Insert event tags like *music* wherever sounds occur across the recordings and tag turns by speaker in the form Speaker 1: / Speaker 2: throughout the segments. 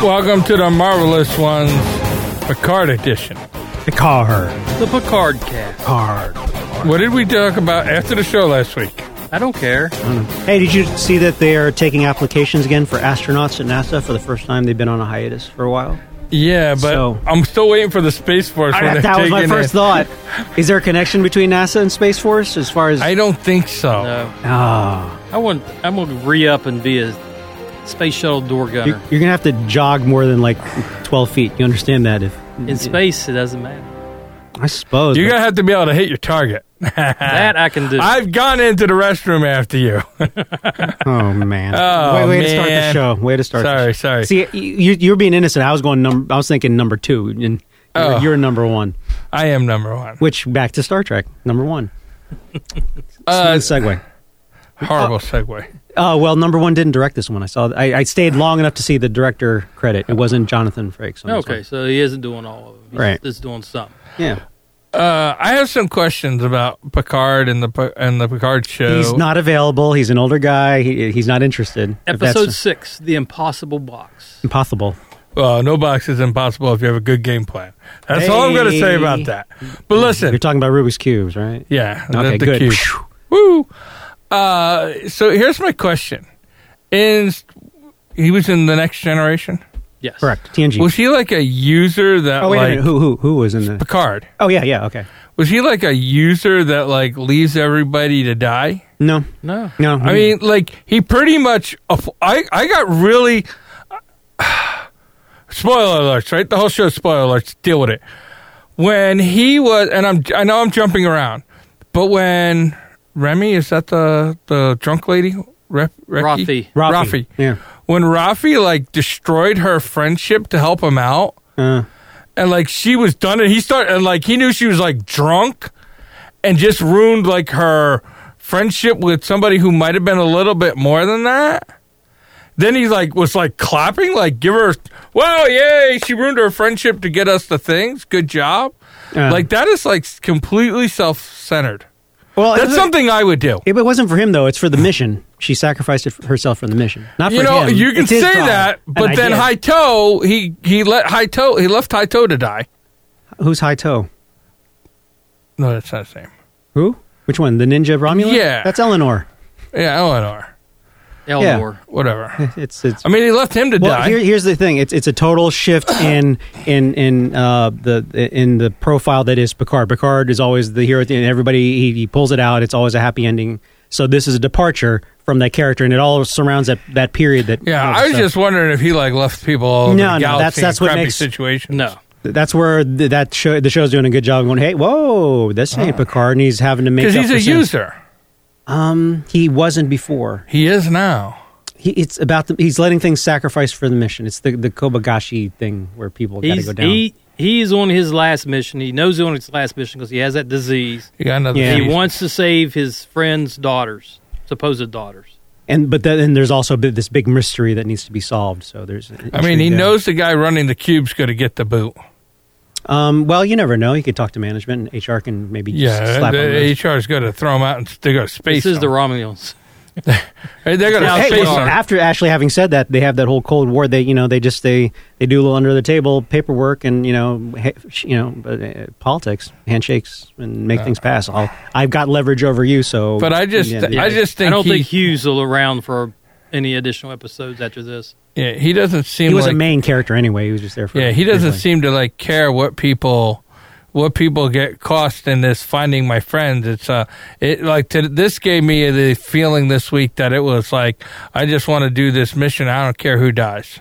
Speaker 1: Welcome to the Marvelous Ones Picard edition.
Speaker 2: The card.
Speaker 3: The Picard cast.
Speaker 2: Card.
Speaker 1: What did we talk about after the show last week?
Speaker 3: I don't care.
Speaker 2: Hey, did you see that they are taking applications again for astronauts at NASA for the first time? They've been on a hiatus for a while.
Speaker 1: Yeah, but
Speaker 2: So-
Speaker 1: I'm still waiting for the Space Force. when
Speaker 2: I,
Speaker 1: they're
Speaker 2: that was my
Speaker 1: taking
Speaker 2: first
Speaker 1: it.
Speaker 2: thought. Is there a connection between NASA and Space Force as far as?
Speaker 1: I don't think so.
Speaker 3: No.
Speaker 2: Ah.
Speaker 3: Uh, I want. I'm gonna re up and be a space shuttle door
Speaker 2: you're,
Speaker 3: gunner.
Speaker 2: you're gonna have to jog more than like twelve feet. You understand that? If
Speaker 3: In space, it doesn't matter.
Speaker 2: I suppose
Speaker 1: You're
Speaker 2: but-
Speaker 1: going to have to be able to hit your
Speaker 2: *laughs*
Speaker 1: target.
Speaker 3: That I can do.
Speaker 1: I've gone into the restroom after you. *laughs*
Speaker 2: Oh man!
Speaker 1: Oh,
Speaker 2: way, way to start the
Speaker 1: man.
Speaker 2: show. Way to start.
Speaker 1: Sorry,
Speaker 2: the
Speaker 1: sorry.
Speaker 2: show. See, you, you're being innocent. I was going. Num- I was thinking number two, and you're,
Speaker 1: Oh.
Speaker 2: you're number one.
Speaker 1: I am number one.
Speaker 2: Which back to Star Trek, number one.
Speaker 1: Uh,
Speaker 2: Smooth segue.
Speaker 1: horrible segue.
Speaker 2: Oh well, number one didn't direct this one. I saw. I, I stayed long enough to see the director credit. It wasn't Jonathan Frakes. on this
Speaker 3: okay,
Speaker 2: one.
Speaker 3: so he isn't doing all of them. He's
Speaker 2: Right.
Speaker 3: just doing something.
Speaker 2: Yeah,
Speaker 1: Uh, I have some questions about Picard and the P- and the Picard show.
Speaker 2: he's not available. He's an older guy. He, he's not interested. If that's
Speaker 3: Episode six, the Impossible Box.
Speaker 2: impossible.
Speaker 1: Well, Uh, no box is impossible if you have a good game plan. That's all I'm going to say
Speaker 2: Hey.
Speaker 1: about that. But listen,
Speaker 2: You're talking about Rubik's cubes, right?
Speaker 1: yeah,
Speaker 2: Okay,
Speaker 1: the
Speaker 2: good.
Speaker 1: cube. Woo. Uh, so here's my question: Is he was in the Next Generation?
Speaker 3: Yes.
Speaker 2: Correct. TNG.
Speaker 1: Was he like a user that
Speaker 2: oh wait a
Speaker 1: like
Speaker 2: minute. Who who who was in the?
Speaker 1: Picard?
Speaker 2: Oh yeah yeah okay.
Speaker 1: Was he like a user that like leaves everybody to die?
Speaker 2: No
Speaker 3: No.
Speaker 2: no.
Speaker 1: I mean, like he pretty much. aff- I I got really. *sighs* spoiler alerts, right? The whole show's spoiler alerts. Deal with it. When he was, and I'm, I know I'm jumping around, but when Remy is that the the drunk lady, Rep, Rafi,
Speaker 3: Rafi.
Speaker 1: Rafi,
Speaker 2: Yeah.
Speaker 1: when Rafi like destroyed her friendship to help him out,
Speaker 2: Uh,
Speaker 1: and like she was done and he started and like he knew she was like drunk and just ruined like her friendship with somebody who might have been a little bit more than that then he like was like clapping like give her well yay she ruined her friendship to get us the things good job
Speaker 2: uh,
Speaker 1: like that is like completely self-centered
Speaker 2: well,
Speaker 1: that's
Speaker 2: it-
Speaker 1: something i would do
Speaker 2: It wasn't for him though. It's for the mission. She sacrificed it for herself for the mission, not for
Speaker 1: you know
Speaker 2: him.
Speaker 1: you can
Speaker 2: It's his
Speaker 1: say
Speaker 2: trial.
Speaker 1: that
Speaker 2: And
Speaker 1: but
Speaker 2: I
Speaker 1: then
Speaker 2: did.
Speaker 1: high toe he he let high toe he left high toe to die
Speaker 2: Who's high toe?
Speaker 1: no that's not the same
Speaker 2: Who? Which one? The ninja Romulan?
Speaker 1: Yeah.
Speaker 2: that's Eleanor.
Speaker 1: yeah oh, eleanor
Speaker 3: Elnor.
Speaker 1: whatever
Speaker 2: *laughs* It's it's.
Speaker 1: I mean, he left him to
Speaker 2: well,
Speaker 1: die.
Speaker 2: here, here's the thing. It's it's a total *coughs* shift in in in uh, the in the profile that is Picard. Picard is always the hero, at the end. everybody he, he pulls it out. It's always a happy ending. So this is a departure from that character, and it all surrounds that, that period. That
Speaker 1: yeah, I was
Speaker 2: so
Speaker 1: just wondering if he like left people all over
Speaker 2: Oh, No,
Speaker 1: the
Speaker 2: no,
Speaker 1: galaxy
Speaker 2: that's- that's
Speaker 1: in
Speaker 2: what
Speaker 1: crappy
Speaker 2: makes-
Speaker 1: situations.
Speaker 3: No.
Speaker 2: that's where th- that show, the show's doing a good job. Going, hey, whoa, this ain't Picard, and he's having to make
Speaker 1: because
Speaker 2: up
Speaker 1: he's
Speaker 2: for
Speaker 1: a
Speaker 2: sins.
Speaker 1: user.
Speaker 2: Um, he wasn't before.
Speaker 1: He is now.
Speaker 2: He, it's about the, he's letting things sacrifice for the mission. It's the the Kobayashi thing where people got to
Speaker 3: He's,
Speaker 2: go down.
Speaker 3: he, he's on his last mission. He knows he's on his last mission because he has that disease.
Speaker 1: He got another.
Speaker 2: Yeah.
Speaker 3: He
Speaker 1: season.
Speaker 3: wants to save his friend's daughters, supposed daughters.
Speaker 2: and but then and there's also bi- this big mystery that needs to be solved. So there's.
Speaker 1: I mean, he
Speaker 2: intrigue there.
Speaker 1: knows the guy running the cube's going to get the boot.
Speaker 2: Um, well, you never know. He could talk to management and HR can maybe yeah,
Speaker 1: Yeah,
Speaker 2: slap him.
Speaker 1: the HR is going to throw him out and they're going to space
Speaker 3: This is the
Speaker 1: him.
Speaker 3: Romulans.
Speaker 1: Hey, they're going to
Speaker 3: Yeah,
Speaker 2: Hey,
Speaker 1: space
Speaker 2: well,
Speaker 1: him.
Speaker 2: after actually having said that, they have that whole Cold War. They, you know, they just they they do a little under the table paperwork and you know, ha- sh- you know, but, uh, politics, handshakes, and make things pass. I'll, I've got leverage over you, so.
Speaker 1: But I just-
Speaker 2: yeah,
Speaker 1: I just think
Speaker 3: I don't
Speaker 1: he-
Speaker 3: think Hughes will around for any additional episodes after this.
Speaker 1: Yeah, he doesn't seem
Speaker 2: he was
Speaker 1: like.
Speaker 2: a main character anyway. He was just there for.
Speaker 1: yeah, he doesn't
Speaker 2: briefly.
Speaker 1: seem to like care what people. What people get cost in this finding my friends? It's uh, it like to, this gave me the feeling this week that it was like I just want to do this mission. I don't care who dies.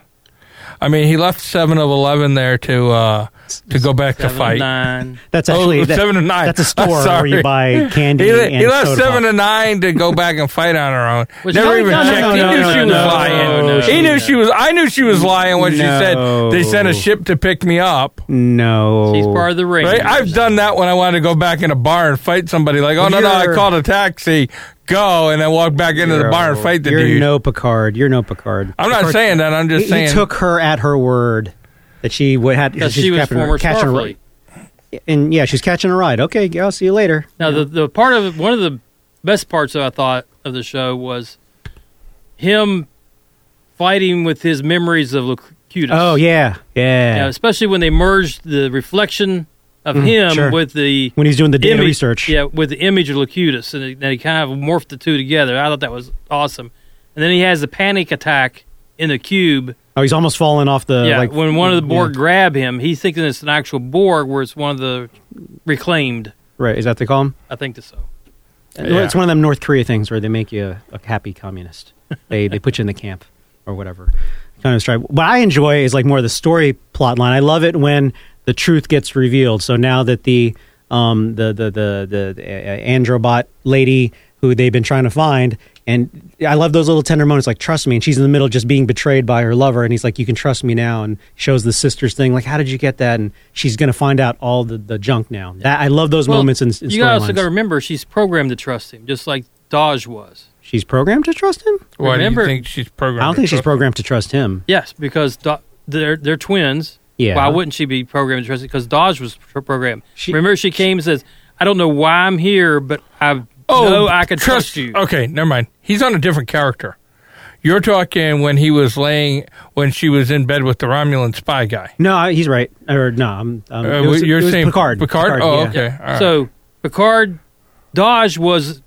Speaker 1: I mean, he left seven of eleven there to uh to go back to
Speaker 3: Seven,
Speaker 1: fight.
Speaker 3: Nine.
Speaker 2: That's
Speaker 1: Oh,
Speaker 2: actually that-
Speaker 1: seven to nine.
Speaker 2: That's a
Speaker 1: *laughs* I'm
Speaker 2: store where
Speaker 1: sorry.
Speaker 2: you buy candy.
Speaker 1: He,
Speaker 2: and
Speaker 1: he left
Speaker 2: soda
Speaker 1: seven
Speaker 2: pop.
Speaker 1: to nine to go back and fight on her own.
Speaker 3: Which-
Speaker 1: Never
Speaker 3: no,
Speaker 1: even
Speaker 3: no, no,
Speaker 1: checked.
Speaker 3: no,
Speaker 1: he
Speaker 3: no,
Speaker 1: knew
Speaker 3: no,
Speaker 1: she was
Speaker 3: no,
Speaker 1: lying.
Speaker 3: no,
Speaker 1: he
Speaker 3: no.
Speaker 1: knew she was. I knew she was lying when she said they sent a
Speaker 2: No.
Speaker 1: ship to pick me up.
Speaker 2: No,
Speaker 3: He's part of the ring.
Speaker 1: Right? I've done that when I wanted to go back in a bar and fight somebody. Like, oh no, no, I
Speaker 2: You're-
Speaker 1: called a taxi, go, and then walk back into the bar and fight the
Speaker 2: You're
Speaker 1: dude.
Speaker 2: no Picard. You're no Picard.
Speaker 1: I'm not
Speaker 2: Picard-
Speaker 1: saying that. I'm just
Speaker 2: He-
Speaker 1: saying.
Speaker 2: he took her at her word that she would had
Speaker 3: Because
Speaker 2: she's
Speaker 3: she was
Speaker 2: catching a-
Speaker 3: former
Speaker 2: catching a
Speaker 3: Starfleet.
Speaker 2: ri- and yeah, she's catching a ride. Okay, I'll see you later.
Speaker 3: Now, the, the part of one of the best parts that I thought of the show was him fighting with his memories of Luc- cutest.
Speaker 2: Oh yeah, yeah.
Speaker 3: You know, especially when they merged the reflection of him
Speaker 2: Mm, sure.
Speaker 3: with the
Speaker 2: when he's doing the data
Speaker 3: image-
Speaker 2: research.
Speaker 3: Yeah, with the image of Locutus, and it- then he kind of morphed the two together. I thought that was awesome. And then he has the panic attack in the cube.
Speaker 2: Oh, he's almost falling off the.
Speaker 3: yeah,
Speaker 2: like,
Speaker 3: when one of the Borg
Speaker 2: yeah.
Speaker 3: grab him, he's thinking it's an actual Borg, where it's one of the reclaimed.
Speaker 2: Right, is that what they call him?
Speaker 3: I think that's so.
Speaker 1: Yeah.
Speaker 2: It's one of them North Korea things where they make you a, a happy
Speaker 3: *laughs*
Speaker 2: communist. They they put you in the camp or whatever. Kind of strive. What I enjoy is like more the story plot line. I love it when the truth gets revealed. So now that the um the the the the, the uh, androbot lady who they've been trying to find and I love those little tender moments like trust me and she's in the middle just being betrayed by her lover and he's like you can trust me now and shows the sisters thing like how did you get that and she's going to find out all the, the junk now. That, I love those
Speaker 3: Well,
Speaker 2: moments in, in
Speaker 3: you also
Speaker 2: storylines.
Speaker 3: got to remember she's programmed to trust him, just like Dodge was.
Speaker 2: She's programmed to trust him?
Speaker 1: Why
Speaker 3: Remember-
Speaker 1: do you think she's programmed?
Speaker 2: I don't
Speaker 1: to
Speaker 2: think she's
Speaker 1: trust-
Speaker 2: programmed to trust him.
Speaker 3: Yes, because Do- they're they're twins.
Speaker 2: Yeah.
Speaker 3: Why wouldn't she be programmed to trust him? Because Dodge was pro- programmed.
Speaker 2: She-
Speaker 3: remember, she came and says, "I don't know why I'm here, but I
Speaker 2: Oh,
Speaker 3: know I can trust, you."
Speaker 1: Oh, Okay, never mind. He's on a different character. You're talking when he was laying when she was in bed with the Romulan spy guy.
Speaker 2: No, I- he's right. Or no, I'm. Um,
Speaker 1: Uh,
Speaker 2: it was,
Speaker 1: you're
Speaker 2: it was
Speaker 1: saying
Speaker 2: Picard.
Speaker 1: Picard? Oh,
Speaker 2: yeah.
Speaker 1: okay. all right.
Speaker 3: So Picard, Dodge was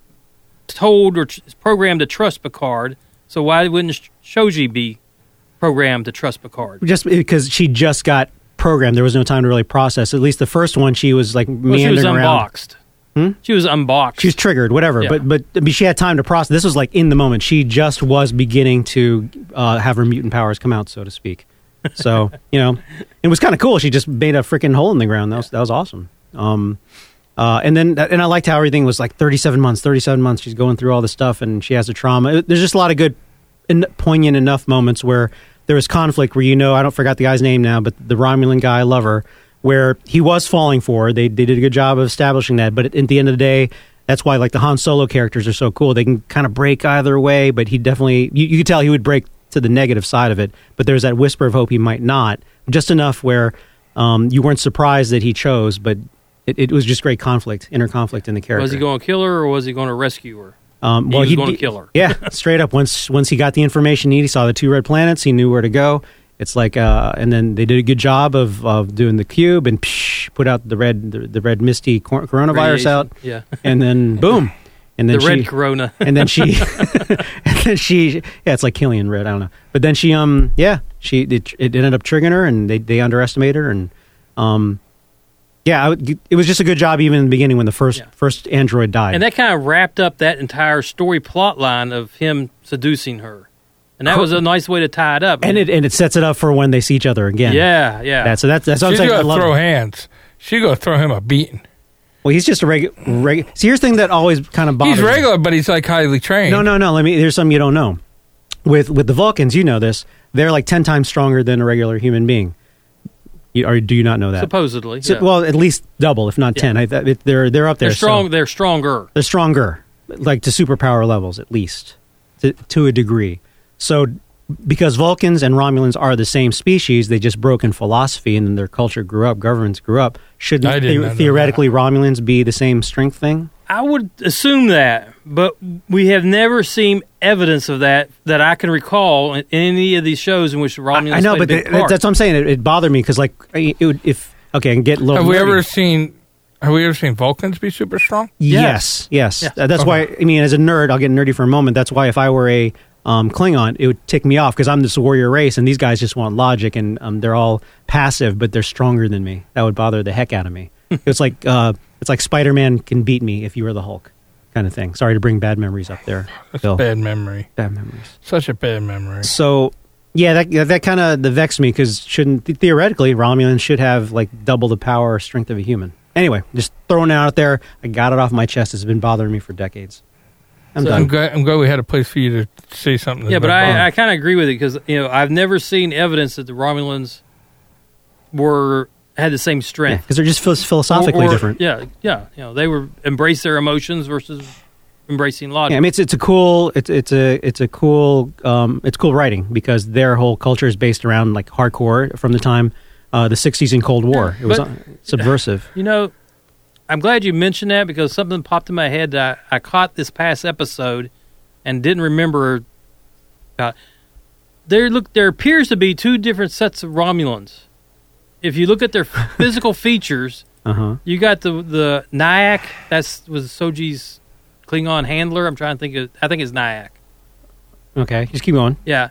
Speaker 3: told or tr- programmed to trust Picard. So why wouldn't Sh- Shoji be programmed to trust Picard?
Speaker 2: Just because she just got programmed, there was no time to really process. At least the first one, she was like
Speaker 3: Well,
Speaker 2: meandering
Speaker 3: she was
Speaker 2: around.
Speaker 3: unboxed.
Speaker 2: Hmm?
Speaker 3: She was unboxed.
Speaker 2: She was triggered, whatever.
Speaker 3: Yeah.
Speaker 2: But but I mean, she had time to process. This was like in the moment. She just was beginning to uh, have her mutant powers come out, so to speak. So *laughs* you know, it was kind of cool. She just made a freaking hole in the ground. That was that was awesome. Um, uh, and then and I liked how everything was like 37 months, 37 months. She's going through all this stuff, and she has the trauma. It- there's just a lot of good, en- poignant enough moments where there was conflict. Where you know, I don't forgot the guy's name now, but the Romulan guy, I love her. Where he was falling for. her. They they did a good job of establishing that. But at, at the end of the day, that's why like the Han Solo characters are so cool. They can kind of break either way, but he definitely you, you could tell he would break to the negative side of it. But there's that whisper of hope he might not, just enough where um, you weren't surprised that he chose, but it, it was just great conflict, inner conflict in the character.
Speaker 3: was he going to kill her or was he going to rescue her?
Speaker 2: Um,
Speaker 3: He
Speaker 2: well,
Speaker 3: was
Speaker 2: he
Speaker 3: gonna
Speaker 2: d-
Speaker 3: kill her.
Speaker 2: Yeah, straight up. Once once he got the information he saw the two red planets. He knew where to go. It's like, uh, and then they did a good job of, of doing the cube and psh, put out the red the, the red misty cor- coronavirus
Speaker 3: Radiation.
Speaker 2: out, *laughs*
Speaker 3: Yeah.
Speaker 2: and then
Speaker 3: *laughs*
Speaker 2: boom, and then
Speaker 3: the red
Speaker 2: she-
Speaker 3: corona. *laughs*
Speaker 2: and then she *laughs* and then she yeah it's like Killian Red I don't know but then she um yeah she it, it ended up triggering her and they, they underestimated her and um yeah I, would- it was just a good job even in the beginning when the first
Speaker 3: Yeah.
Speaker 2: first android died
Speaker 3: And that kind of wrapped up that entire story plot line of him seducing her. And that was a nice way to tie it up.
Speaker 2: and it and it sets it up for when they see each other again
Speaker 3: yeah, yeah.
Speaker 2: that's so that's that's what I'm
Speaker 1: she's
Speaker 2: saying I
Speaker 1: gonna
Speaker 2: love
Speaker 1: throw
Speaker 2: it.
Speaker 1: hands. She's gonna throw him a beating.
Speaker 2: well he's just a regular reg, see here's the thing that always kind of bothers
Speaker 1: He's
Speaker 2: me.
Speaker 1: regular, but he's like highly trained.
Speaker 2: No, no, no. Let me. There's something you don't know. With with the Vulcans, you know this. They're like ten times stronger than a regular human being. You, or do you not know that?
Speaker 3: supposedly.
Speaker 2: So-
Speaker 3: yeah.
Speaker 2: Well, at least double, if not
Speaker 3: Yeah.
Speaker 2: ten. I, that, it, they're they're up there.
Speaker 3: they're strong.
Speaker 2: so-
Speaker 3: They're stronger.
Speaker 2: they're stronger, like to superpower levels at least, to, to a degree. So, because Vulcans and Romulans are the same species, they just broke in philosophy, and then their culture grew up, governments grew up.
Speaker 1: I
Speaker 2: Shouldn't
Speaker 1: did not know
Speaker 2: the,
Speaker 1: that.
Speaker 2: theoretically Romulans be the same strength thing?
Speaker 3: I would assume that, but we have never seen evidence of that that I can recall in any of these shows in which Romulans
Speaker 2: I know,
Speaker 3: played a
Speaker 2: but
Speaker 3: big
Speaker 2: th-
Speaker 3: part.
Speaker 2: that's what I'm saying. It, it bothered me because, like, I- it would, if okay, I can get a little.
Speaker 1: Have we
Speaker 2: nerdy.
Speaker 1: ever seen? Have we ever seen Vulcans be super strong?
Speaker 2: Yes, yes.
Speaker 3: Yes.
Speaker 2: Uh, That's why. I mean, as a nerd, I'll get nerdy for a moment. That's why if I were a um, Klingon, it would tick me off because I'm this warrior race, and these guys just want logic, and um, they're all passive, but they're stronger than me. That would bother the heck out of me. it's like uh, it's like Spider Man can beat me if you were the Hulk, kind of thing. Sorry to bring bad memories up there, Bill.
Speaker 1: Bad memory.
Speaker 2: Bad memories.
Speaker 1: Such a bad memory.
Speaker 2: So yeah, that that- that kind of that vexed me because shouldn't theoretically Romulans should have like double the power or strength of a human. Anyway, just throwing it out there. I got it off my chest. It's been bothering me for decades. I'm
Speaker 3: So-
Speaker 1: I'm
Speaker 2: done.
Speaker 1: glad. I'm glad we had a place for you to say something.
Speaker 3: yeah,
Speaker 1: that's
Speaker 3: but
Speaker 1: been
Speaker 2: uh,
Speaker 1: bothering
Speaker 3: I, I
Speaker 1: you.
Speaker 3: kind of agree with it because you know I've never seen evidence that the Romulans were had the same
Speaker 2: Yeah,
Speaker 3: strength.
Speaker 2: because they're just phil- philosophically
Speaker 3: Or- or-
Speaker 2: different. Yeah.
Speaker 3: Yeah, yeah. You know, they were embrace their emotions versus embracing logic.
Speaker 2: I mean it's it's a cool it's it's a it's a cool um, it's cool writing because their whole culture is based around like hardcore from the time uh, the '60s and Cold War. It was
Speaker 3: But-
Speaker 2: uh, subversive.
Speaker 3: You know, I'm glad you mentioned that because something popped in my head that I, I caught this past episode and didn't remember. Uh, there look there appears to be two different sets of Romulans. If you look at their physical features,
Speaker 2: Uh huh.
Speaker 3: you got the the Nyack. That's was Soji's Klingon handler. I'm trying to think. Of, I think it's Nyack.
Speaker 2: Okay, just keep going.
Speaker 3: Yeah.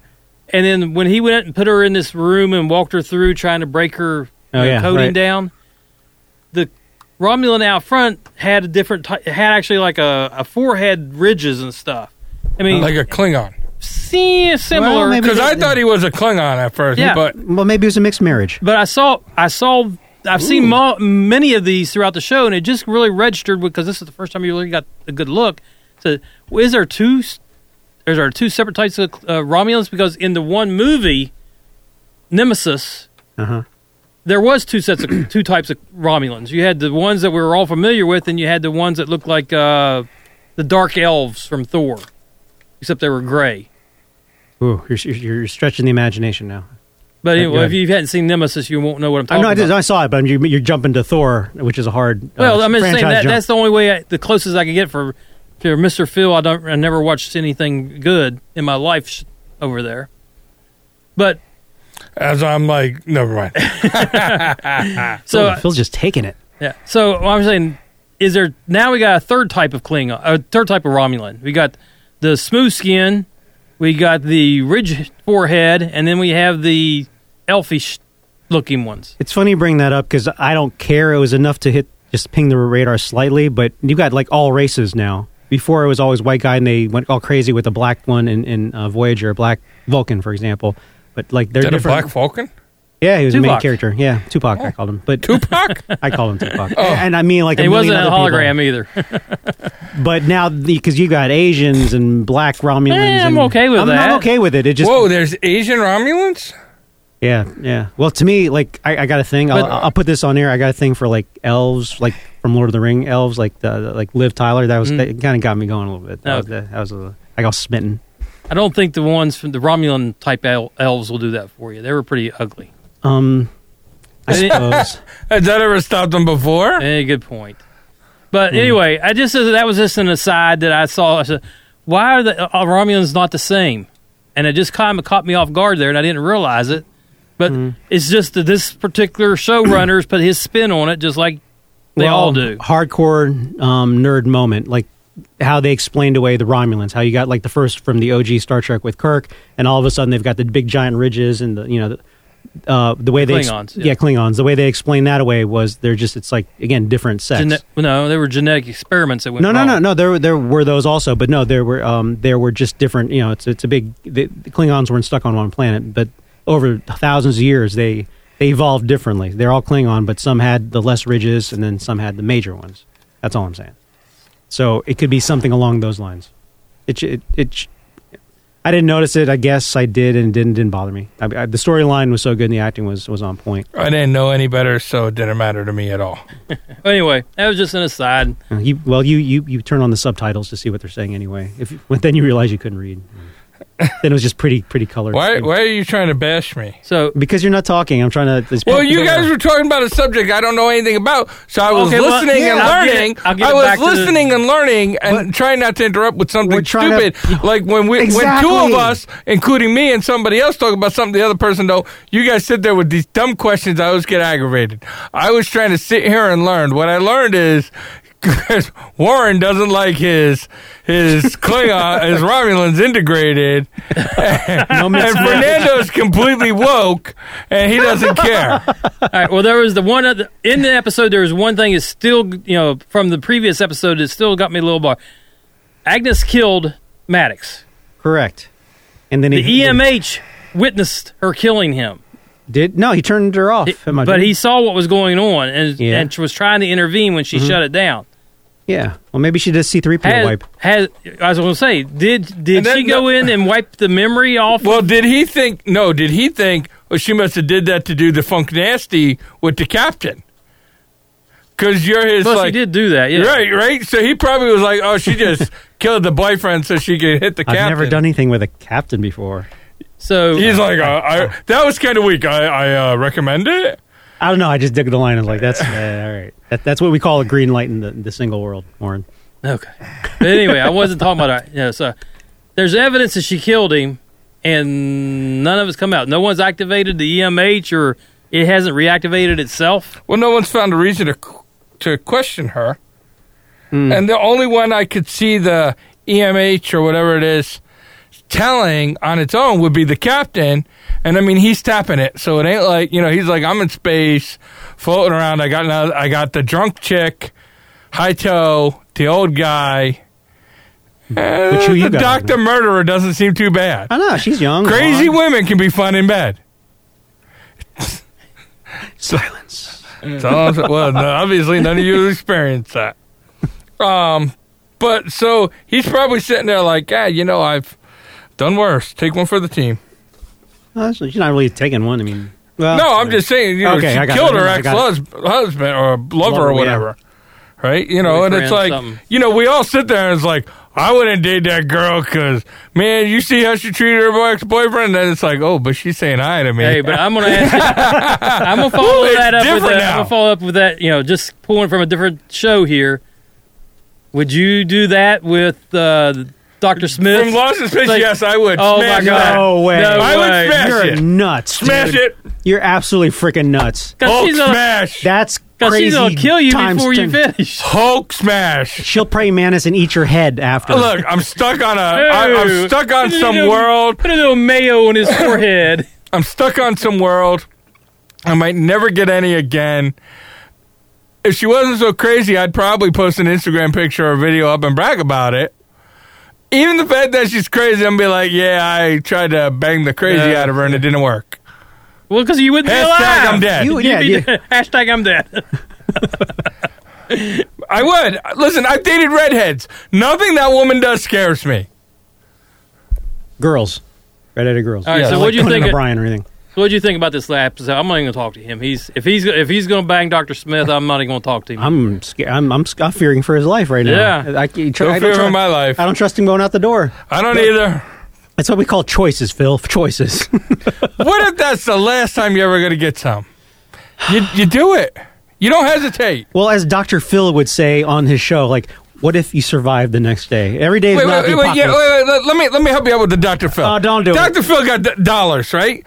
Speaker 3: And then when he went and put her in this room and walked her through trying to break her
Speaker 2: Oh,
Speaker 3: uh,
Speaker 2: yeah,
Speaker 3: coating
Speaker 2: right.
Speaker 3: down, the Romulan out front had a different ty it had actually like a, a forehead ridges and stuff. I mean,
Speaker 1: like a Klingon.
Speaker 3: see, similar.
Speaker 2: Well, maybe-
Speaker 1: Because I thought he was a Klingon at first,
Speaker 3: Yeah.
Speaker 1: but
Speaker 2: Well, maybe it was a mixed marriage.
Speaker 3: But I saw, I saw, I've seen mo- many of these throughout the show, and it just really registered because this is the first time you really got a good look. So, well, is there two? s- Is there two separate types of uh, Romulans? Because in the one movie, Nemesis,
Speaker 2: Uh huh.
Speaker 3: there was two sets of *clears throat* two types of Romulans. You had the ones that we were all familiar with, and you had the ones that looked like uh, the Dark Elves from Thor, except they were gray.
Speaker 2: Ooh, you're, you're you're stretching the imagination now.
Speaker 3: But
Speaker 2: Yeah,
Speaker 3: anyway,
Speaker 2: yeah.
Speaker 3: if you haven't seen Nemesis, you won't know what I'm
Speaker 2: I
Speaker 3: talking
Speaker 2: know I,
Speaker 3: about.
Speaker 2: did, I saw it, but you're, you're jumping to Thor, which is a hard. uh,
Speaker 3: Well, I'm just saying
Speaker 2: franchise
Speaker 3: that,
Speaker 2: jump.
Speaker 3: that's the only way, I, the closest I can get for, for Mr. Phil. I don't, I never watched anything good in my life sh- over there. But
Speaker 1: as I'm like, never mind.
Speaker 3: so
Speaker 2: Phil- Phil's just taking it.
Speaker 3: yeah, so what I'm saying is there now we got a third type of Klingon, a third type of Romulan. We got the smooth skin, we got the ridge forehead, and then we have the elfish looking ones.
Speaker 2: It's funny you bring that up because I don't care. It was enough to hit just ping the radar slightly, but you've got like all races now. Before it was always white guy, and they went all crazy with a black one in, in uh, Voyager, a black Vulcan, for example. But like they're
Speaker 1: Is that a
Speaker 2: different.
Speaker 1: Black Oh. Falcon?
Speaker 2: yeah, he was a main
Speaker 3: Tupac.
Speaker 2: character. Yeah, Tupac, I called him, but
Speaker 1: Tupac?
Speaker 2: I call him Tupac.
Speaker 1: Oh.
Speaker 2: And I mean like
Speaker 3: And
Speaker 2: a
Speaker 3: it wasn't a
Speaker 2: million other people.
Speaker 3: hologram either. *laughs*
Speaker 2: But now because you got Asians and black Romulans,
Speaker 3: Eh, I'm
Speaker 2: and-
Speaker 3: okay with
Speaker 2: I'm
Speaker 3: that.
Speaker 2: not okay with it. It just
Speaker 1: Whoa, there's Asian Romulans?
Speaker 2: Yeah, yeah. Well, to me, like I, I got a thing. I'll,
Speaker 3: But-
Speaker 2: I'll put this on air. I got a thing for like elves, like from Lord of the Ring elves, like the, the- like Liv Tyler. That was that kind of got me going a little bit. That was,
Speaker 3: Mm. Okay.
Speaker 2: that was a, I got smitten.
Speaker 3: I don't think the ones from the Romulan type el- elves will do that for you. They were pretty ugly.
Speaker 2: Um, I
Speaker 3: They didn't-
Speaker 2: suppose.
Speaker 1: Has that ever stopped them before?
Speaker 3: Eh, good point.
Speaker 2: Hmm.
Speaker 3: But anyway, I just uh, that was just an aside that I saw. I said, "Why are the uh, Romulans not the same?" And it just kind of caught me off guard there, and I didn't realize it. But
Speaker 2: Hmm.
Speaker 3: it's just that this particular showrunner's put his spin on it, just like they
Speaker 2: Well,
Speaker 3: all do.
Speaker 2: Hardcore um, nerd moment, like how they explained away the Romulans. How you got like the first from the OG Star Trek with Kirk, and all of a sudden they've got the big giant ridges and the you know. The, uh, the way they ex-
Speaker 3: Klingons, yeah.
Speaker 2: yeah. Klingons. The way they explained that away was they're just it's like again different sex.
Speaker 3: Gene- no, they were genetic experiments that went
Speaker 2: No, no,
Speaker 3: wrong.
Speaker 2: no, no. There, there were those also, but no, there were, um, there were just different. You know, it's it's a big. The, the Klingons weren't stuck on one planet, but over thousands of years, they they evolved differently. They're all Klingon, but some had the less ridges, and then some had the major ones. That's all I'm saying. So it could be something along those lines. It, sh- it, it. sh- I didn't notice it. I guess I did, and it didn't didn't bother me. I, I, the storyline was so good, and the acting was was on point.
Speaker 1: I didn't know any better, so it didn't matter to me at all.
Speaker 3: Anyway, that was just an aside.
Speaker 2: Uh, You, well, you, you you turn on the subtitles to see what they're saying anyway. If you- *laughs* but then you realize you couldn't read. then it was just pretty pretty colored.
Speaker 1: Why, why are you trying to bash me?
Speaker 3: So
Speaker 2: Because you're not talking. I'm trying to.
Speaker 1: Well, you guys were talking about a subject I don't know anything about, so I was
Speaker 3: Okay, well,
Speaker 1: listening
Speaker 3: yeah.
Speaker 1: and
Speaker 3: I'll get it-
Speaker 1: learning.
Speaker 3: I'll get
Speaker 1: I
Speaker 3: it
Speaker 1: was
Speaker 3: back to the-
Speaker 1: listening and learning and trying not to interrupt with
Speaker 2: We're
Speaker 1: something
Speaker 2: trying to-
Speaker 1: stupid. like when we, when two
Speaker 2: Exactly.
Speaker 1: of us, including me and somebody else, talk about something the other person don't. You guys sit there with these dumb questions. I always get aggravated. I was trying to sit here and learn. What I learned is. *laughs* Warren doesn't like his his Klingon
Speaker 3: *laughs*
Speaker 1: his Romulans integrated, *laughs*
Speaker 2: *laughs* No mix-
Speaker 1: and *laughs* Fernando's completely woke, and he doesn't care.
Speaker 3: All right. Well, there was the one other, in the episode. There was one thing that's still, you know, from the previous episode that still got me a little bar. Agnes killed Maddox.
Speaker 2: correct. And then
Speaker 3: The
Speaker 1: E
Speaker 2: he
Speaker 3: EMH witnessed her killing him,
Speaker 2: did no. He turned her off. Am I-
Speaker 3: but he saw what was going on and,
Speaker 2: Yeah.
Speaker 3: and was trying to intervene when she shut it down.
Speaker 2: yeah. Well, maybe she did C3PO
Speaker 3: Had,
Speaker 2: wipe.
Speaker 3: had I was going to say, did
Speaker 1: And
Speaker 3: did
Speaker 1: then
Speaker 3: she go
Speaker 1: the-
Speaker 3: in and wipe the memory off?
Speaker 1: Well, did he think? No, did he think? Well, she must have did that to do the funk nasty with the captain. Because you're his
Speaker 3: Plus, she
Speaker 1: like
Speaker 3: did do that. Yeah.
Speaker 1: right, right. So he probably was like, "Oh, she
Speaker 3: *laughs*
Speaker 1: just killed the boyfriend so she could hit the
Speaker 2: I've
Speaker 1: captain."
Speaker 2: never done anything with a captain before.
Speaker 3: So
Speaker 1: He's like, uh, I, "That was kind of weak. I, I uh, recommend it."
Speaker 2: I don't know. I just dug the line. I was
Speaker 1: *laughs*
Speaker 2: like, that's uh, all right. That, that's what we call a green light in the, the single world, Warren.
Speaker 3: uh, Okay. But anyway, I wasn't talking about it. Yeah, so there's evidence that she killed him, and none of it's come out. No one's activated the EMH or it hasn't reactivated itself.
Speaker 1: Well, no one's found a reason to qu- to question her.
Speaker 2: Hmm.
Speaker 1: And the only one I could see the EMH or whatever it is telling on its own would be the captain. And I mean, he's tapping it, so it ain't like you know he's like I'm in space, floating around. I got another, I got the drunk chick, high toe, the old guy. And
Speaker 2: Which who you
Speaker 1: the
Speaker 2: got?
Speaker 1: Uh, doctor murderer doesn't seem too bad.
Speaker 2: I know she's young.
Speaker 1: Crazy
Speaker 2: blonde.
Speaker 1: women can be fun in bed.
Speaker 2: silence.
Speaker 1: So, I was- well, no, obviously none of you experienced that. Um, but so he's probably sitting there like, God, you know, I've done worse. Take one for the team.
Speaker 2: Well, she's not really taking one. I mean, well,
Speaker 1: no, I'm just saying, you know,
Speaker 2: Oh, Okay, I
Speaker 1: she
Speaker 2: got
Speaker 1: killed
Speaker 2: it.
Speaker 1: her
Speaker 2: I
Speaker 1: ex
Speaker 2: got it.
Speaker 1: husband or lover
Speaker 2: Lover,
Speaker 1: or
Speaker 2: yeah.
Speaker 1: whatever, right? You know, and it's
Speaker 3: Boyfriend,
Speaker 1: like,
Speaker 3: something.
Speaker 1: you know, we all sit there and it's like, I wouldn't date that girl because, man, you see how she treated her ex boyfriend, and then it's like, oh, but she's saying hi to me.
Speaker 3: Hey, but I'm gonna ask you,
Speaker 1: *laughs*
Speaker 3: I'm gonna
Speaker 1: Ooh,
Speaker 3: follow
Speaker 1: it's
Speaker 3: that up with
Speaker 1: different
Speaker 3: that.
Speaker 1: now.
Speaker 3: I'm gonna follow up with that. You know, just pulling from a different show here. Would you do that with uh, Doctor Smith?
Speaker 1: From Lost in Space,
Speaker 3: Like-
Speaker 1: yes, I would.
Speaker 3: Oh, my
Speaker 1: Smash
Speaker 3: God.
Speaker 1: that.
Speaker 2: No way.
Speaker 3: No
Speaker 1: I
Speaker 3: way.
Speaker 1: would smash
Speaker 2: You're
Speaker 1: it.
Speaker 2: nuts. dude.
Speaker 1: Smash it.
Speaker 2: You're absolutely freaking nuts.
Speaker 3: 'Cause
Speaker 1: Hulk
Speaker 3: she's gonna-
Speaker 1: smash.
Speaker 2: That's
Speaker 3: Because
Speaker 2: crazy.
Speaker 3: she's gonna kill you
Speaker 2: times
Speaker 3: before you
Speaker 2: 10.
Speaker 3: finish.
Speaker 1: Hulk smash.
Speaker 2: She'll pray mantis and eat your head after.
Speaker 1: Look, I'm stuck on a. I, I'm stuck on
Speaker 3: *laughs*
Speaker 1: some world.
Speaker 3: Put a little mayo on his forehead.
Speaker 1: I'm stuck on some world. I might never get any again. If she wasn't so crazy, I'd probably post an Instagram picture or video up and brag about it. Even the fact that she's crazy, I'm be like, yeah, I tried to bang the crazy
Speaker 3: Yeah.
Speaker 1: out of her and it didn't work.
Speaker 3: Well, because you wouldn't be alive.
Speaker 1: Hashtag I'm dead.
Speaker 2: You-
Speaker 3: You'd
Speaker 2: yeah,
Speaker 3: be
Speaker 2: you-
Speaker 3: dead. *laughs* Hashtag I'm dead.
Speaker 1: I would listen. I've dated redheads. Nothing that woman does scares me.
Speaker 2: girls, redheaded girls.
Speaker 3: All right,
Speaker 1: so
Speaker 2: Not
Speaker 1: what'd
Speaker 2: like
Speaker 3: you
Speaker 2: Conan
Speaker 3: think of-
Speaker 2: O'Brien or anything?
Speaker 3: So what do you think about this lap? So I'm not even gonna talk to him. He's if he's if he's gonna bang Doctor Smith, I'm not even gonna talk to him.
Speaker 2: I'm scared. I'm, I'm sc- I'm fearing for his life right now.
Speaker 3: Yeah.
Speaker 2: I, can't-
Speaker 1: Don't
Speaker 2: I
Speaker 1: fear
Speaker 2: tru-
Speaker 1: for my life.
Speaker 2: I don't trust him going out the door.
Speaker 1: I don't either.
Speaker 2: That's what we call choices, Phil. Choices. *laughs*
Speaker 1: What if that's the last time you're ever going to get some? You, you do it. You don't hesitate.
Speaker 2: well, as Doctor Phil would say on his show, like, what if you survive the next day? Every day is
Speaker 1: Wait,
Speaker 2: not
Speaker 1: wait,
Speaker 2: the
Speaker 1: wait, wait, yeah,
Speaker 2: apocalypse.
Speaker 1: wait, wait, let, let me let me help you out with the Dr. Phil.
Speaker 2: Oh, don't do it.
Speaker 1: Dr. Phil got d- dollars, right?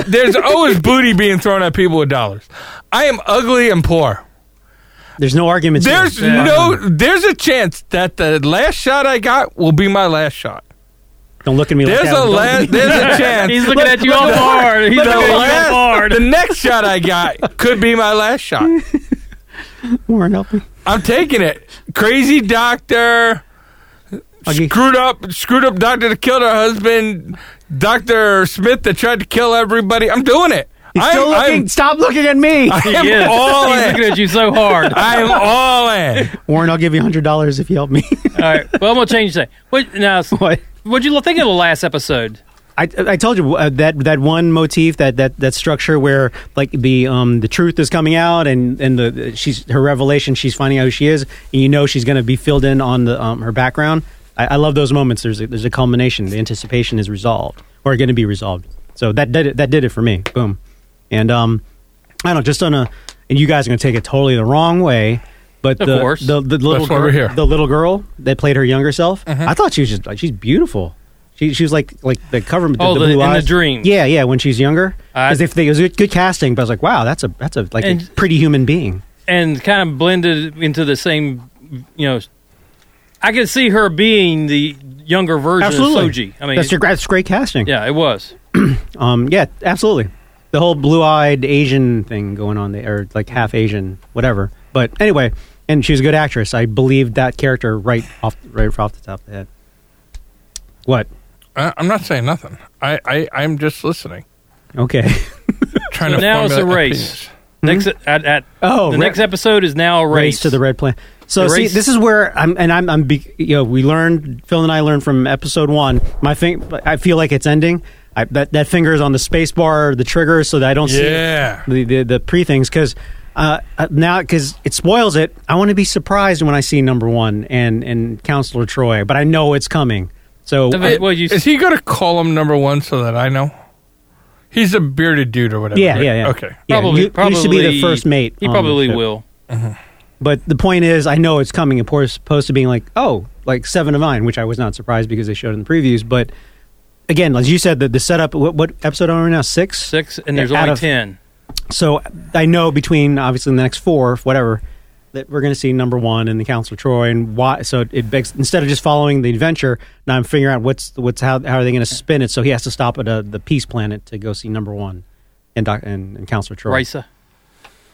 Speaker 1: So *laughs* there's always booty being thrown at people with dollars. I am ugly and poor.
Speaker 2: There's no arguments. here.
Speaker 1: There's no there's a chance that the last shot I got will be my last shot.
Speaker 2: Don't look at me.
Speaker 1: There's
Speaker 2: like that.
Speaker 1: a last
Speaker 2: Don't look at me.
Speaker 1: there's a chance.
Speaker 3: *laughs* he's looking at you all hard. He's
Speaker 1: the,
Speaker 3: looking at you all
Speaker 1: last,
Speaker 3: hard.
Speaker 1: the next shot I got could be my last shot.
Speaker 2: *laughs* Warren, help me.
Speaker 1: I'm taking it. Crazy doctor.
Speaker 2: Okay.
Speaker 1: Screwed up, screwed up doctor that killed her husband, Doctor Smith that tried to kill everybody. I'm doing it.
Speaker 2: He's still looking. stop looking at me.
Speaker 1: I'm,
Speaker 3: *laughs* He
Speaker 1: I'm
Speaker 3: is.
Speaker 1: all
Speaker 3: he's looking
Speaker 1: in.
Speaker 3: at you so hard. all
Speaker 1: I'm all in.
Speaker 2: *laughs* Warren, I'll give you hundred dollars if you help me. *laughs*
Speaker 3: right. Well, I'm gonna change that. What now?
Speaker 2: what?
Speaker 3: What'd you think of the last episode?
Speaker 2: I, I told you uh, that that one motif that, that that structure where like the um the truth is coming out and and the she's her revelation she's finding out who she is and you know she's going to be filled in on the um, her background. I, I love those moments. There's a, there's a culmination. The anticipation is resolved or going to be resolved. So that did it. That did it for me. Boom. And um I don't know, just on a and you guys are going to take it totally the wrong way. But
Speaker 3: Of
Speaker 2: the,
Speaker 3: course.
Speaker 2: the the little
Speaker 1: That's why we're here.
Speaker 2: girl- the little girl that played her younger self,
Speaker 3: Mm-hmm.
Speaker 2: I thought she was just like she's beautiful. She, she was like like the cover the,
Speaker 3: Oh,
Speaker 2: the
Speaker 3: the-
Speaker 2: blue
Speaker 3: in the
Speaker 2: eyes.
Speaker 3: dreams.
Speaker 2: Yeah, yeah, when she's younger.
Speaker 3: I-
Speaker 2: Because if they, it was good, good casting, but I was like, wow, that's a that's a like a
Speaker 3: And-
Speaker 2: pretty human being.
Speaker 3: and kind of blended into the same, you know. I could see her being the younger version of Soji. I mean,
Speaker 2: that's, your, that's great casting.
Speaker 3: yeah, it was.
Speaker 2: Um, yeah, absolutely. The whole blue-eyed Asian thing going on there, or like half Asian, whatever. But anyway, and she was a good actress. I believed that character right off, right off the top of the head. What?
Speaker 1: I, I'm not saying nothing. I, I I'm just listening.
Speaker 2: Okay. *laughs*
Speaker 1: Trying
Speaker 3: So
Speaker 1: to
Speaker 3: now it's a
Speaker 1: formulate
Speaker 3: race. Next, at, at,
Speaker 2: Hmm? Oh,
Speaker 3: the
Speaker 2: ra-
Speaker 3: next episode is now a race,
Speaker 2: race to the red planet. So
Speaker 3: The
Speaker 2: see,
Speaker 3: race-
Speaker 2: this is where I'm, and I'm, I'm, be, you know, we learned Phil and I learned from episode one. My thing, I feel like it's ending. I, that that finger is on the space bar, the trigger, so that I don't
Speaker 1: Yeah.
Speaker 2: see the the, the pre things because uh, uh, now because it spoils it. I want to be surprised when I see number one and and Counselor Troy, but I know it's coming. So
Speaker 3: The
Speaker 1: opinions.
Speaker 3: Well, you-
Speaker 1: is he going to call him number one so that I know? He's a bearded dude or whatever.
Speaker 2: yeah,
Speaker 1: right?
Speaker 2: yeah, yeah.
Speaker 1: Okay.
Speaker 2: Yeah,
Speaker 3: Probably,
Speaker 2: you,
Speaker 3: probably
Speaker 2: you should be the first mate.
Speaker 3: He
Speaker 2: on the
Speaker 3: probably
Speaker 2: ship.
Speaker 3: will.
Speaker 2: But the point is, I know it's coming. Of course, opposed to being like, oh, like Seven of Nine, which I was not surprised because they showed it in the previews. But again, as you said, the, the setup. What, what episode are we now? Six.
Speaker 3: Six, and there's
Speaker 2: Out
Speaker 3: only
Speaker 2: of-
Speaker 3: ten.
Speaker 2: So I know between obviously the next four, whatever, that we're going to see number one and the Council of Troy and why. So it begs instead of just following the adventure, now I'm figuring out what's what's how how are they going to spin it. So he has to stop at uh the Peace Planet to go see number one and Doc- and, and Council of Troy.
Speaker 3: Risa.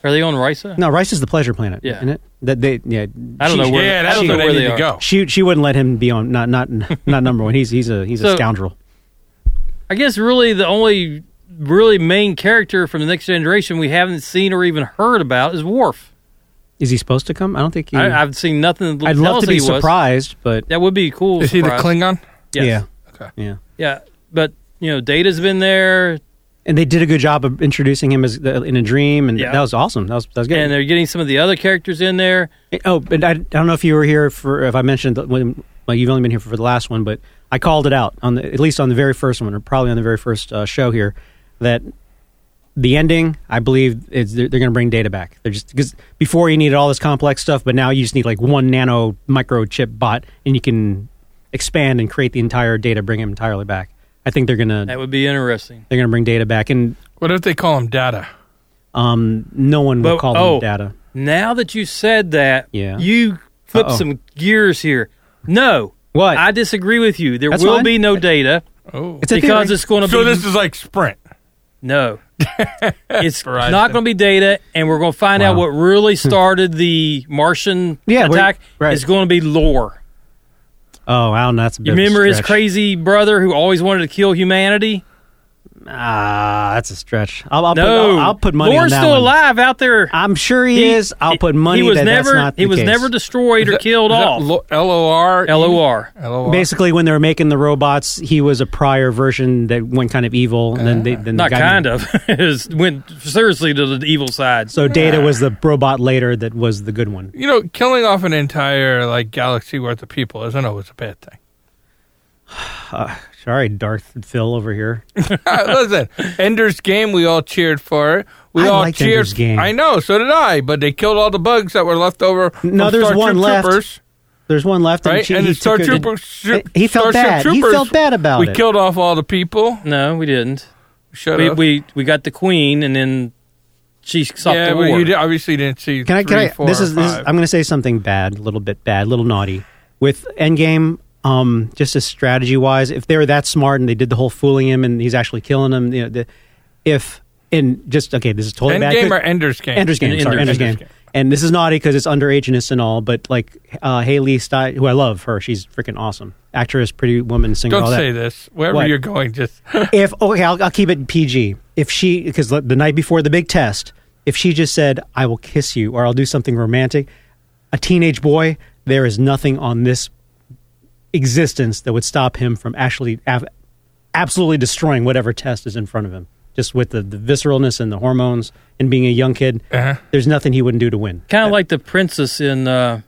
Speaker 3: Are they on Risa?
Speaker 2: No, Rice is the pleasure planet.
Speaker 3: Yeah.
Speaker 2: isn't it? That they yeah.
Speaker 3: I don't
Speaker 2: she-
Speaker 3: know where.
Speaker 1: yeah,
Speaker 3: I
Speaker 1: that's
Speaker 3: don't know
Speaker 1: where
Speaker 3: where
Speaker 1: they need
Speaker 3: they
Speaker 1: to
Speaker 3: are.
Speaker 1: go.
Speaker 2: She she wouldn't let him be on not not not number one. He's he's a he's a
Speaker 3: *laughs* So-
Speaker 2: scoundrel.
Speaker 3: I guess really the only really main character from the next generation we haven't seen or even heard about is Worf.
Speaker 2: Is he supposed to come? I don't think he.
Speaker 3: I, I've seen nothing. That
Speaker 2: Mm. I'd
Speaker 3: tells
Speaker 2: love to
Speaker 3: us
Speaker 2: be
Speaker 3: he was.
Speaker 2: surprised, but
Speaker 3: That would be cool.
Speaker 1: Is he the
Speaker 3: surprise.
Speaker 1: Klingon?
Speaker 3: Yes.
Speaker 2: yeah,
Speaker 1: Okay.
Speaker 2: yeah.
Speaker 3: Yeah, but you know, Data's been there,
Speaker 2: And they did a good job of introducing him as the, in a dream, and
Speaker 3: Yeah.
Speaker 2: that was awesome. That was that was good.
Speaker 3: and they're getting some of the other characters in there.
Speaker 2: oh, but I, I don't know if you were here for if I mentioned that when well, you've only been here for the last one, but I called it out on the, at least on the very first one, or probably on the very first uh, show here, that the ending I believe is they're, they're going to bring data back. They're just because before you needed all this complex stuff, but now you just need like one nano microchip bot, and you can expand and create the entire data, bring him entirely back. I think they're gonna
Speaker 3: That would be interesting.
Speaker 2: they're gonna bring data back, and
Speaker 1: What if they call him Data?
Speaker 2: um, no one will
Speaker 3: But-
Speaker 2: call
Speaker 3: oh.
Speaker 2: them data.
Speaker 3: Now that you said that,
Speaker 2: Yeah.
Speaker 3: you flip
Speaker 2: Uh-oh.
Speaker 3: some gears here. No,
Speaker 2: What?
Speaker 3: I disagree with you. There
Speaker 2: That's
Speaker 3: will
Speaker 2: fine.
Speaker 3: be no data
Speaker 1: Oh,
Speaker 2: It's a
Speaker 3: because
Speaker 2: theory.
Speaker 3: it's going to
Speaker 1: so
Speaker 3: be
Speaker 1: this is like Sprint.
Speaker 2: *laughs*
Speaker 3: no. it's
Speaker 1: Verizon.
Speaker 3: not going to be data, and we're going to find out
Speaker 2: Wow. Hmm.
Speaker 3: what really started the Martian
Speaker 2: Yeah, we're-
Speaker 3: attack.
Speaker 2: right.
Speaker 3: It's going to be lore.
Speaker 2: Oh, I don't know. That's a bit
Speaker 3: You
Speaker 2: of a
Speaker 3: remember his
Speaker 2: stretch.
Speaker 3: crazy brother who always wanted to kill humanity?
Speaker 2: Ah, that's a stretch. I'll, I'll,
Speaker 3: no,
Speaker 2: put, I'll, I'll put money
Speaker 3: Lore's
Speaker 2: on that
Speaker 3: still
Speaker 2: one.
Speaker 3: alive out there.
Speaker 2: I'm sure he, is. I'll put money
Speaker 3: He was
Speaker 2: that
Speaker 3: never.
Speaker 2: that's not the
Speaker 3: he was
Speaker 2: case.
Speaker 3: never destroyed or killed off.
Speaker 1: L O R E?
Speaker 3: L O R.
Speaker 2: E.
Speaker 1: L O R. E?
Speaker 2: Basically, when they were making the robots, he was a prior version that went kind of evil. And then, they, then
Speaker 3: Ah. Not
Speaker 2: the guy
Speaker 3: kind of. *laughs* It went seriously to the evil side.
Speaker 2: So Data was the robot later that was the good one.
Speaker 1: You know, killing off an entire like galaxy worth of people isn't always a bad thing. *laughs*
Speaker 2: Sorry, Darth Phil over here.
Speaker 1: Listen, Ender's Game, we all cheered for it. We
Speaker 2: I
Speaker 1: all
Speaker 2: liked
Speaker 1: cheered.
Speaker 2: Ender's Game.
Speaker 1: I know, so did I. But they killed all the bugs that were left over.
Speaker 2: No,
Speaker 1: from
Speaker 2: there's
Speaker 1: Star
Speaker 2: one
Speaker 1: Troop
Speaker 2: left.
Speaker 1: Troopers,
Speaker 2: There's one left,
Speaker 1: right?
Speaker 2: and, she,
Speaker 1: and
Speaker 2: he
Speaker 1: the Star
Speaker 2: took her to-
Speaker 1: Trooper.
Speaker 2: He felt
Speaker 1: Starship
Speaker 2: bad. He
Speaker 1: Troopers,
Speaker 2: felt bad about
Speaker 1: we
Speaker 2: it.
Speaker 1: killed off all the people.
Speaker 3: No, we didn't.
Speaker 1: Shut
Speaker 3: We,
Speaker 1: up.
Speaker 3: we we got the queen, and then she stopped
Speaker 1: yeah,
Speaker 3: the
Speaker 1: well,
Speaker 3: war.
Speaker 1: you di- obviously didn't see.
Speaker 2: Can I? Can
Speaker 1: three,
Speaker 2: I?
Speaker 1: four,
Speaker 2: This
Speaker 1: or
Speaker 2: is, this is.
Speaker 1: five.
Speaker 2: I'm going to say something bad, a little bit bad, a little naughty. With Endgame, um, just as strategy wise, if they were that smart and they did the whole fooling him and he's actually killing him, you know, the, if in just okay, this is totally bad.
Speaker 1: Endgame or Ender's Game?
Speaker 2: Ender's Game, sorry,
Speaker 3: Ender's
Speaker 2: Ender's,
Speaker 1: Game.
Speaker 2: Game. And this is naughty because it's underageness and all, but like uh, Haley Stein, who I love, her, she's freaking awesome, actress, pretty woman, singer,
Speaker 1: Don't
Speaker 2: all that
Speaker 1: say this. Wherever
Speaker 2: What?
Speaker 1: you're going, just
Speaker 2: if okay, I'll, I'll keep it PG. If she, because the the night before the big test, if she just said, "I will kiss you" or "I'll do something romantic," a teenage boy, there is nothing on this existence that would stop him from actually ab- absolutely destroying whatever test is in front of him. Just with the, the visceralness and the hormones and being a young kid,
Speaker 1: Uh-huh.
Speaker 2: there's nothing he wouldn't do to win.
Speaker 3: kind of like the princess in uh,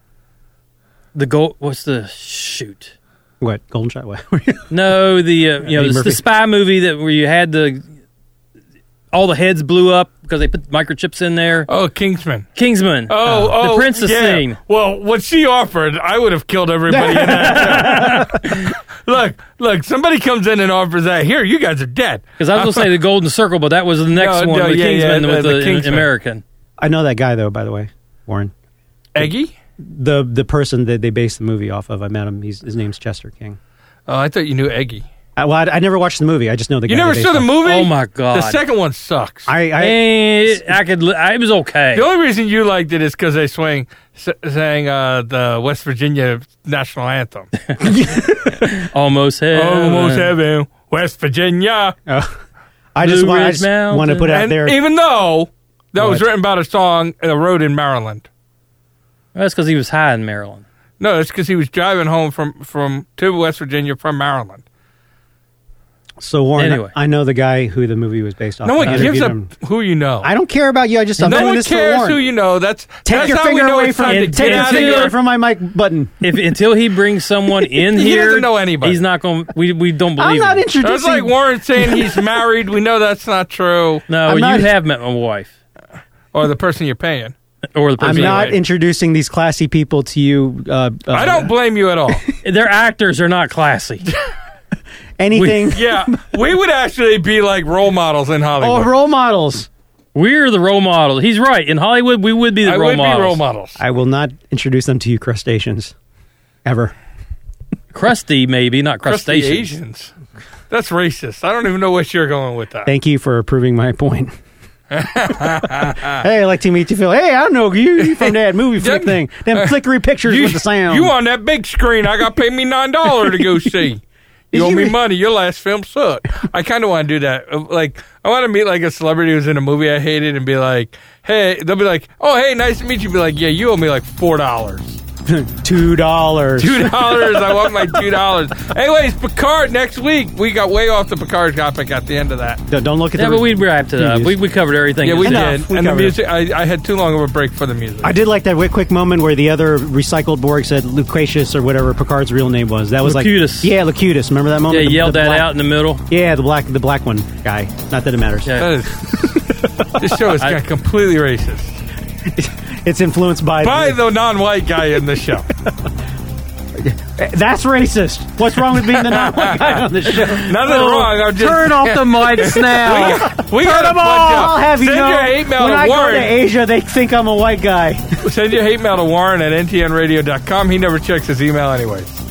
Speaker 3: the gold. What's the shoot?
Speaker 2: What golden shot? *laughs* What?
Speaker 3: No, the uh, you know
Speaker 2: Eddie
Speaker 3: the,
Speaker 2: Murphy.
Speaker 3: the spy movie that where you had the all the heads blew up because they put microchips in there.
Speaker 1: oh, Kingsman.
Speaker 3: Kingsman.
Speaker 1: Oh,
Speaker 2: Ah.
Speaker 3: the
Speaker 1: oh,
Speaker 3: princess
Speaker 1: yeah.
Speaker 3: scene.
Speaker 1: Well, what she offered, I would have killed everybody in that.
Speaker 2: *laughs*
Speaker 1: show. look, look, somebody comes in and offers that. Here, you guys are dead.
Speaker 3: Because I was going to say
Speaker 1: *laughs*
Speaker 3: the Golden Circle, but that was the next
Speaker 1: No,
Speaker 3: one,
Speaker 1: no,
Speaker 3: the
Speaker 1: yeah,
Speaker 3: Kingsman
Speaker 1: yeah,
Speaker 3: with
Speaker 1: the-
Speaker 3: the,
Speaker 1: the Kingsman.
Speaker 3: American.
Speaker 2: I know that guy though. By the way, Warren,
Speaker 1: Eggy?
Speaker 2: the the person that they based the movie off of. I met him. He's, his name's Chester King.
Speaker 1: Oh, I thought you knew Eggy.
Speaker 2: I, Uh, well, I, I never watched the movie. I just know the.
Speaker 1: You
Speaker 2: guy
Speaker 1: never
Speaker 2: that
Speaker 1: saw the
Speaker 2: based it.
Speaker 1: movie?
Speaker 3: Oh my god!
Speaker 1: The second one sucks.
Speaker 2: I, I
Speaker 3: Eh, I could. li- I, it was okay.
Speaker 1: the only reason you liked it is because they swang, s- sang uh, the West Virginia national
Speaker 2: *laughs*
Speaker 1: anthem.
Speaker 3: Almost heaven.
Speaker 2: Oh,
Speaker 1: Almost heaven, West Virginia.
Speaker 2: uh, I just,
Speaker 3: Blue
Speaker 2: want, I
Speaker 3: Ridge
Speaker 2: just want to
Speaker 3: Mountain.
Speaker 2: put it out
Speaker 1: And
Speaker 2: there.
Speaker 1: even though that was
Speaker 2: What?
Speaker 1: written about a song in a road in Maryland.
Speaker 3: That's because he was high in Maryland.
Speaker 1: No, it's because he was driving home from, from to West Virginia from Maryland.
Speaker 2: so Warren,
Speaker 3: Anyway.
Speaker 2: I know the guy who the movie was based off.
Speaker 1: No
Speaker 2: of. Uh, I
Speaker 1: one gives
Speaker 2: interviewed
Speaker 1: up
Speaker 2: him.
Speaker 1: who you know.
Speaker 2: I don't care about you. I just I'm
Speaker 1: no
Speaker 2: doing
Speaker 1: one
Speaker 2: this for
Speaker 1: cares
Speaker 2: Warren.
Speaker 1: who you know. That's
Speaker 2: Take
Speaker 1: that's
Speaker 2: your
Speaker 1: how
Speaker 2: finger
Speaker 1: we know
Speaker 2: away
Speaker 1: it's
Speaker 2: from
Speaker 1: time to
Speaker 2: me. Take
Speaker 1: get
Speaker 2: your
Speaker 1: out of
Speaker 2: finger away
Speaker 1: here.
Speaker 2: from my mic button.
Speaker 3: If until he brings someone in
Speaker 1: *laughs* He
Speaker 3: here,
Speaker 1: doesn't know anybody.
Speaker 3: He's not going. to We we don't
Speaker 2: I'm
Speaker 3: believe.
Speaker 2: not
Speaker 3: him.
Speaker 1: That's
Speaker 2: introducing.
Speaker 1: like Warren saying
Speaker 2: *laughs*
Speaker 1: he's married. We know that's not true.
Speaker 3: No,
Speaker 2: I'm
Speaker 3: you
Speaker 2: not-
Speaker 3: have met my wife
Speaker 1: Or the person you're paying.
Speaker 3: or the
Speaker 2: I'm
Speaker 3: person.
Speaker 2: not
Speaker 1: anyway.
Speaker 2: introducing these classy people to you. Uh, uh, *laughs*
Speaker 1: I don't blame you at all.
Speaker 3: Their actors are not classy.
Speaker 2: anything.
Speaker 1: Yeah, *laughs* we would actually be like role models in
Speaker 2: oh,
Speaker 1: Hollywood.
Speaker 2: role models.
Speaker 3: We're the role model. He's right. In Hollywood, we would be the
Speaker 1: I
Speaker 3: role
Speaker 1: would
Speaker 3: models.
Speaker 1: be role models.
Speaker 2: I will not introduce them to you, crustaceans, ever.
Speaker 3: Crusty, maybe not crustacean.
Speaker 1: Crustaceans. That's racist. I don't even know what you're going with that.
Speaker 2: Thank you for proving my point. hey, I'd like to meet you, Phil. Hey, I know you, you from that movie flick
Speaker 1: Them-
Speaker 2: thing. Them flickery pictures
Speaker 1: Uh, you,
Speaker 2: with the sound.
Speaker 1: you on that big screen? I got to pay me nine dollar to
Speaker 2: *laughs*
Speaker 1: go see. You owe me money. Your last film sucked. I kind of want to do that. Uh, Like, I want to meet like a celebrity who's in a movie I hated and be like, "Hey," they'll be like, "Oh, hey, nice to meet you." Be like, "Yeah, you owe me like four dollars, *laughs*
Speaker 2: Two dollars.
Speaker 1: two dollars. I want my two dollars." Anyways, Picard next week. We got way off the Picard topic at the end of that.
Speaker 2: No, Don't look at
Speaker 3: Yeah,
Speaker 2: the.
Speaker 3: but we wrapped it up. We, we covered everything.
Speaker 1: Yeah, we
Speaker 2: Enough.
Speaker 1: did.
Speaker 2: We
Speaker 1: and the
Speaker 2: covered it.
Speaker 1: music. I, I had too long of a break for the music.
Speaker 2: I did like that wi- quick moment where the other recycled Borg said Lucretius or whatever Picard's real name was. That was
Speaker 3: Locutus.
Speaker 2: like yeah, Locutus. Remember that
Speaker 3: Yeah,
Speaker 2: moment? The-
Speaker 3: yelled
Speaker 2: the
Speaker 3: that
Speaker 2: black-
Speaker 3: out in the middle.
Speaker 2: Yeah, the black, the black one guy. Not that it matters.
Speaker 3: Yeah.
Speaker 1: That is. *laughs* this show is
Speaker 3: I-
Speaker 1: got completely racist.
Speaker 2: It's influenced by.
Speaker 1: By the non-white guy in the show.
Speaker 2: That's racist. What's wrong with being the non guy on the show?
Speaker 1: *laughs* Nothing wrong. I'm just
Speaker 2: Turn
Speaker 1: *laughs*
Speaker 2: off the mics now.
Speaker 1: we got
Speaker 2: Come on, I'll have you
Speaker 1: send
Speaker 2: know.
Speaker 1: your hate mail
Speaker 2: when
Speaker 1: to
Speaker 2: I go
Speaker 1: Warren.
Speaker 2: to Asia, they think I'm a white guy.
Speaker 1: send your hate mail to Warren at ntnradio.com. He never checks his email anyway.